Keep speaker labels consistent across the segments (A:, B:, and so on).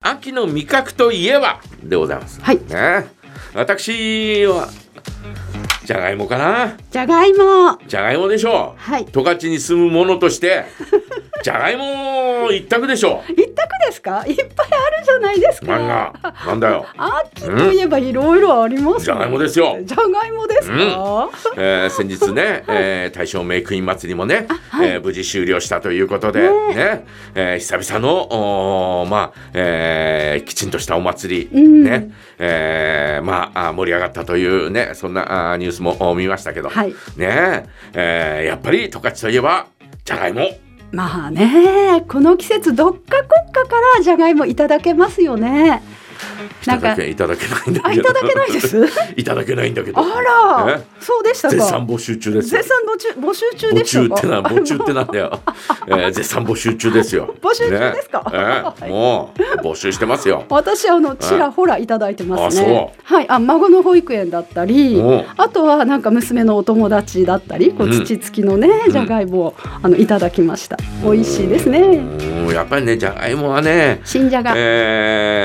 A: 秋の味覚といえばでございます。
B: はい
A: ね、私はじゃがいもかな。
B: じゃがいも。
A: じゃがいもでしょう。
B: はい
A: 十勝に住むものとして、じゃがいも一択でしょ
B: 一択ですか。いっぱいあるじゃないです
A: う。
B: か。
A: 漫画なんだよ。
B: 秋といえばいろいろありますね
A: じゃがいもですよ
B: じゃがいもですか。
A: えー先日ね、えー大正メイクイン祭りもね、えー無事終了したということで、ねえー久々のおーまあ、えーきちんとしたお祭り、
B: うん
A: ねえーまあ、あー盛り上がったというねそんなあーニュースもお見ましたけど、
B: はい
A: ねえーやっぱり十勝といえばじゃがいも
B: まあね、この季節どっかこっかからじゃがいもいただけますよね。
A: い
B: な
A: た
B: んか
A: だけいただけないんだ
B: あ
A: け
B: い
A: ど
B: ただけないです。
A: いただけないんだけど
B: あら
A: ね、
B: そうでしたか。
A: 絶賛募集中ですよ
B: 絶賛募集募集中
A: 募
B: で
A: 集
B: し
A: った
B: か。
A: てな募集ってなんだ よ、えー、絶賛募集中ですよ
B: 募集中ですか
A: ねええもう募集してますよ
B: 私あのちらほらいただいてますね
A: あ。
B: はい、あ孫の保育園だったり
A: おう、
B: あとはなんか娘のお友達だったり、こ
A: う
B: うん土付きのね、じゃがいもをあのいただきました。美味しいです
A: う
B: ね。
A: んやっぱりねじゃがいもはね
B: 新じゃが、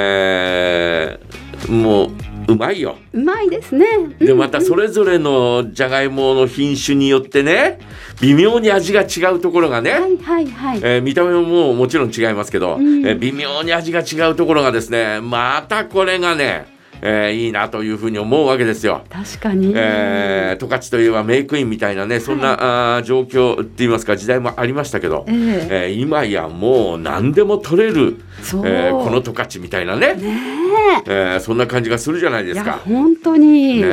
A: えー、もううまいよ
B: うまいですね。
A: でまたそれぞれのじゃがいもの品種によってね微妙に味が違うところがね、
B: はいはいはい。
A: えー見た目ももうもちろん違いますけど、
B: うん
A: えー微妙に味が違うところがですねまたこれがね、えーいいなというふうに思うわけですよ。
B: 確かに。
A: えー十勝といえばメイクインみたいなねそんな、あー状況って言いますか時代もありましたけど、
B: ええ
A: えー今やもう何でも取れる、
B: そう、
A: えーこの十勝みたいなねえーそんな感じがするじゃないで
B: い
A: す
B: や
A: か。
B: 本当に、
A: ね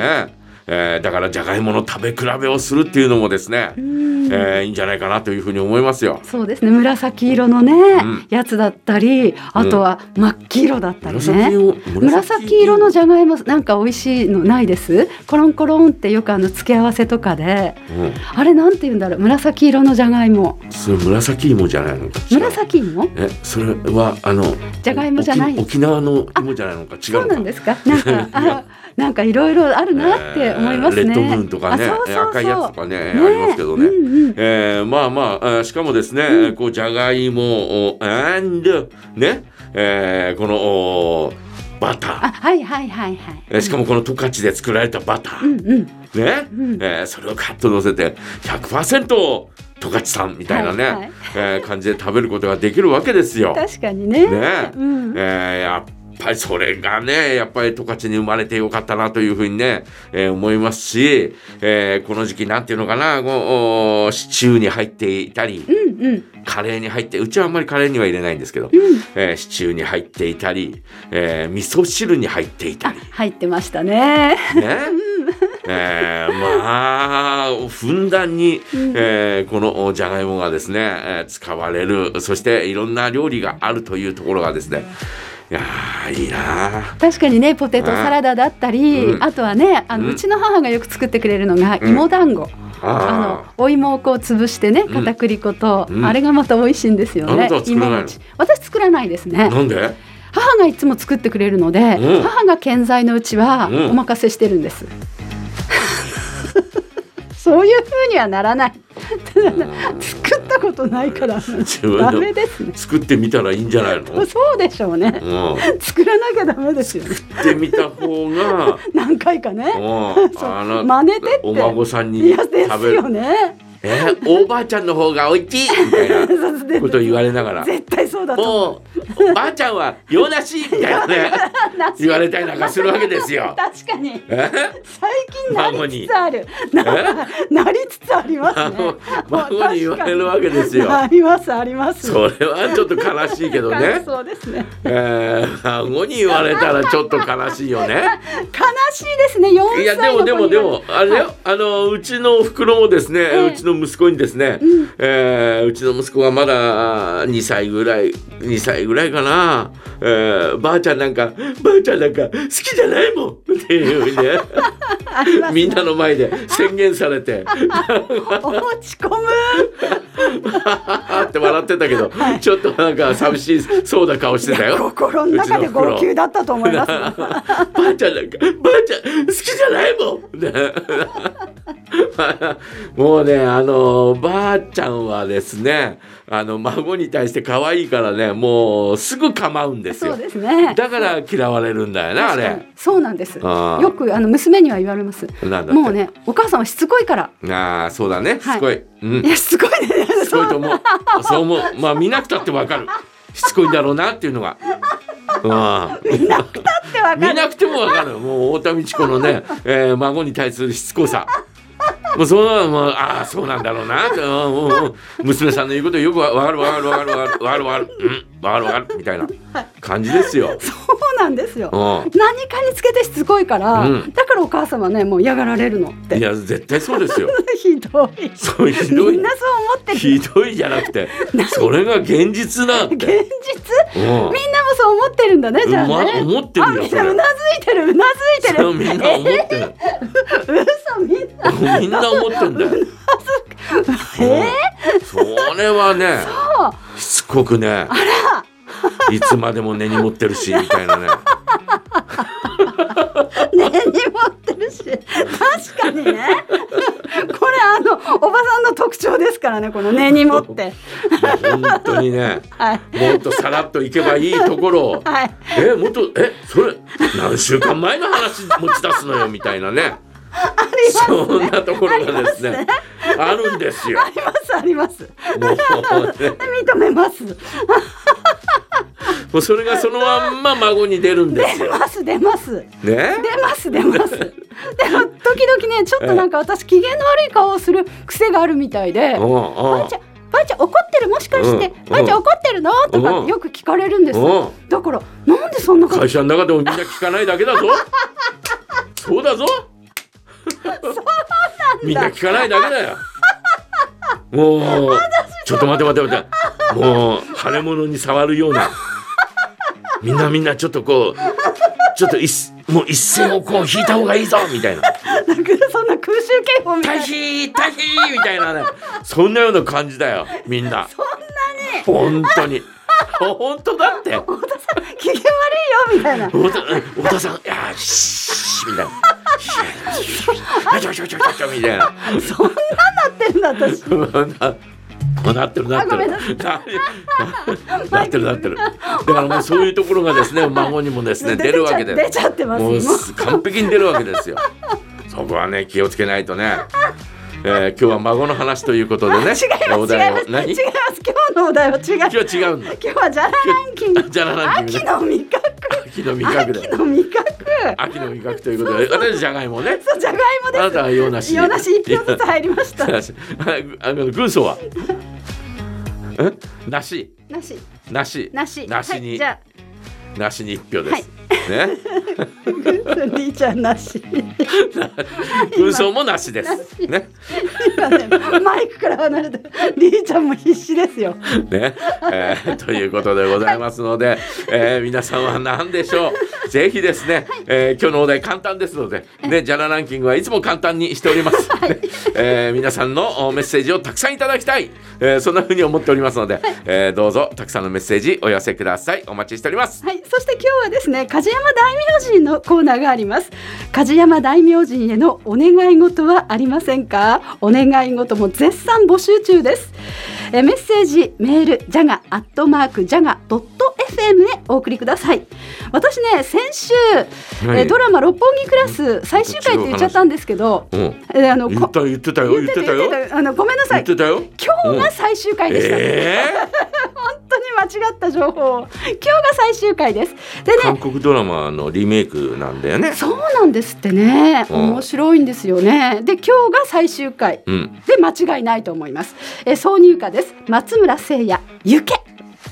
A: えーだからじゃがいもの食べ比べをするっていうのもですね、
B: うん
A: えーいいんじゃないかなというふうに思いますよ。
B: そうですね紫色のね、
A: ん
B: やつだったりあとは真っ黄色だったりね、
A: 紫を
B: 紫色のじゃがいもなんか美味しいのないですコロンコロンってよくあの付け合わせとかで
A: うん
B: あれなんて言うんだろう紫色のじゃがいも
A: それ紫芋じゃないのか違う
B: 紫芋
A: えそれはあの
B: じゃがいもじゃない
A: 沖沖縄の芋じゃないのか違う
B: そう
A: の
B: な
A: か
B: んですかなんか あなんかいろいろあるなって思いますね、
A: えーレッドムーンとかね
B: あそうそうそう
A: 赤いやつとかねありますけどね、
B: うんうん
A: えーまあまあ、えーしかもですね、こうじゃがいもを and ね、えーこのおバター
B: あはいはいはいはい
A: えーしかもこの十勝で作られたバター、
B: うんうん
A: ね、
B: うん
A: えーそれをカッと乗せて100%十勝さんみたいなね、
B: はいはい
A: えー感じで食べることができるわけです よ。
B: 確かにね
A: ね
B: うん、
A: えーやっぱりそれがねやっぱり十勝に生まれてよかったなというふうにね、えー思いますし、えーこの時期なんていうのかなこうおシチューに入っていたり、
B: うんうん
A: カレーに入ってうちはあんまりカレーには入れないんですけど、えーシチューに入っていたり、えー味噌汁に入っていた
B: あ
A: り
B: 入ってましたね。
A: ね。えーまあふんだんに、えーこのじゃがいもがですね、えー使われるそしていろんな料理があるというところがですねいやーいいな
B: 確かにねポテトサラダだったり、
A: うん
B: あとはねあの、う
A: うん
B: ちの母がよく作ってくれるのが
A: ん
B: 芋団子、あ
A: あ
B: のお芋をこう潰してね
A: ん
B: 片栗粉と、
A: うん
B: あれがまた美味しいんですよ
A: あな
B: ね
A: たは作らない
B: 芋
A: の
B: 餅私作らないで
A: あ
B: すね
A: なんで
B: 母がいつも作ってくれるので、
A: うん
B: 母が健在のうちは
A: うん
B: お任せしてるんです、 そういう風にはならない作ったことないから
A: 分の
B: ダメですね
A: 作ってみたらいいんじゃないの、
B: そうでしょうね
A: うん、
B: 作らなきゃダメですよ
A: 作ってみた方が
B: 何回かね
A: うん
B: そう
A: あの
B: 真似てって
A: お孫さん
B: い
A: に
B: や
A: 食
B: です
A: べる
B: よ、ね
A: えーおばあちゃんの方がおいしいみたいな
B: そうで
A: ことを言われながら
B: 絶対そうだと
A: もう、ばあちゃんは用なしみたいな ね、言われたりなんかするわけですよ。
B: 確かに
A: え
B: 最近な
A: 孫
B: り
A: に
B: つつあるななりつつありますね
A: 孫孫に言われるわけですよ
B: 確かにありますあります
A: それはちょっと悲しいけどね。
B: そうですね
A: えー、孫に言われたらちょっと悲しいよね。
B: 悲しいですね四
A: いや
B: 歳
A: で
B: の子
A: も
B: に
A: でもでもあれよ、
B: は
A: あのうちのお袋もですね、
B: え
A: うちの息子にですね、うえーうちの息子がまだあー2歳ぐらい2歳ぐらいかな、えーばあちゃんなんかばあちゃんなんか好きじゃないもんっていうふうに ね
B: ありますね
A: みんなの前で宣言されて
B: 落ち込む
A: あーって笑ってたけど、ちょっとなんか寂しいそうな顔してたよ。
B: 心の中で
A: うちのおふくろ
B: 号泣だったと思 い
A: ばあ
B: ます
A: ちゃんなんかばあちゃん好きじゃないもん、ね、 もうねあのばあちゃんはですねあの孫に対して可愛いからねもうすぐ構うんです
B: そ
A: よ
B: うですね。
A: だから嫌われるんだよなあ
B: 確か
A: れ
B: にそうなんです。
A: あー
B: よくあの娘には言われます。
A: なんだって
B: もうね、お母さんはしつこいから。
A: ああそうだね
B: はい
A: すごい、うん
B: いや、しつこいね。
A: すごいと思うそう思うまあ見なくたってわかるしつこいんだろうなっていうのがうん
B: ってわか
A: 見
B: る。
A: なくてもわかる もう太田美智子の ね、えー孫に対するしつこさもうそのもうああそうなんだろうなってうんうんうん娘さんの言うことよくわわかるわかるわかるわかるわかるわかるうんわかるわかるみたいな感じです よ。
B: そうなんですよ。
A: う
B: 何かにつけてしつこいから、
A: うん
B: だからお母様ねもう嫌がられるのっ
A: ん、い
B: て
A: や絶対そうですよ。
B: ひどい
A: そうひど
B: み
A: い
B: んなそう思ってる
A: ひどいじゃなくてそれが現実なん
B: 現実
A: て。うん
B: みんなもそう思ってるんだねじゃあね、
A: ま思ってるよ
B: あみん
A: それ
B: なうなずいてるうなずいて
A: そう
B: る
A: みんな思って る。
B: 嘘みんな
A: みんな思ってんだよ。えそれはね、しつこくね。いつまでも根に持ってるし、みたいなね。
B: 根に持ってるし確かにねこれあのおばさんの特徴ですからねこの根に持って
A: もう本当にね、
B: はい
A: もっとさらっといけばいいところを。
B: はい
A: え、もっと、え、それ、何週間前の話持ち出すのよ、みたいなね。そんなところがですね、あるんですよ。
B: ありますあります
A: もうね
B: 認めます
A: もうそれがそのまんま孫に出るんです
B: 出
A: よ。
B: ます出ます
A: ね。
B: 出ます出ますでも時々ねちょっとなんか私機嫌の悪い顔をする癖があるみたいで
A: うんう
B: 「ば
A: ん
B: あちゃんばあちゃん怒ってるもしかして、
A: うん
B: ばあちゃん怒ってるの?」とか
A: うん
B: よく聞かれるんです
A: うん
B: だからなんでそんなこと
A: 会社の中でもみんな聞かないだけだぞそうだぞみんな聞かないだけだよもうちょっと待て待て待てもう腫れ物に触るようなみんなみんなちょっとこうちょっと一もう一線をこう引いた方がいいぞみたいな
B: なんかそんな空襲警報みたい
A: 退
B: な
A: 避退避みたいなねそんなような感じだよみんな
B: そん
A: 本当に本当だって
B: なに機嫌悪いよみた いな
A: 太田太田さん、いやー、しーみたいな。いやちょちょちょちょちょみたいな。
B: そんななってんだ私
A: ななってるなって
B: あごめ
A: る
B: んなさ
A: ななってるなってるだからもうそういうところがですね孫にもですね
B: 出
A: 出るわけで
B: 出ちゃってます
A: もう
B: もう
A: す完璧に出るわけですよそこはね気をつけないとね、えー今日は孫の話ということでね
B: 違います違
A: お
B: い
A: 題
B: ま
A: を
B: す
A: 何
B: 違います今日のお題は違う
A: 今日違うんだ
B: 今日はジャラランキング
A: じゃらランキング
B: 秋
A: ね
B: の味覚
A: 秋の味覚で
B: 秋の味覚
A: 秋の味覚ということで私じゃがいもね
B: そうじゃがいもです。
A: あなたは洋梨
B: 洋梨一票ずつ入りました。
A: あの軍曹は。え、なし、
B: なし、
A: なし、
B: なし、
A: なしに、
B: はい、じゃ
A: なしに一票で
B: はい
A: す。ね、
B: あ、グッリーちゃんなし。
A: 軍曹もなし です。ね、
B: 今ね、マイクから離れて、リーちゃんも必死ですよ。
A: ね、え ーということでございますので、えー皆さんは何でしょう。ぜひですね、えー今日のお題簡単ですので、ね、ジャラランキングはいつも簡単にしております。ねえー皆さんのおメッセージをたくさんいただきたい、えーそんな風に思っておりますので、えーどうぞたくさんのメッセージお寄せください。お待ちしております。
B: はい、そして今日はですね、梶山大名人のコーナーがあります。梶山大名人へのお願い事はありませんか。お願い事も絶賛募集中です。えメッセージ、メール、ジャガアットマークジャガドット FM へお送りください。私ね、先週、
A: はい
B: えドラマ六本木クラス最終回って言っちゃったんですけど、
A: うん。
B: えあの
A: 言っ
B: こ
A: た言ってたよ言ってたよ
B: 言ってたあのごめんなさ
A: 言っ
B: い。
A: てたよ
B: 今日が最終回でした。
A: え
B: 本当に間違った情報を。今日が最終回です。で
A: ー
B: ね
A: 韓、国ドラマのリメイクなんだよね
B: そうなんですってね
A: うん
B: 面白いんですよねで今日が最終回
A: うん
B: で間違いないと思いますえ挿入歌です松村聖也「ゆけ」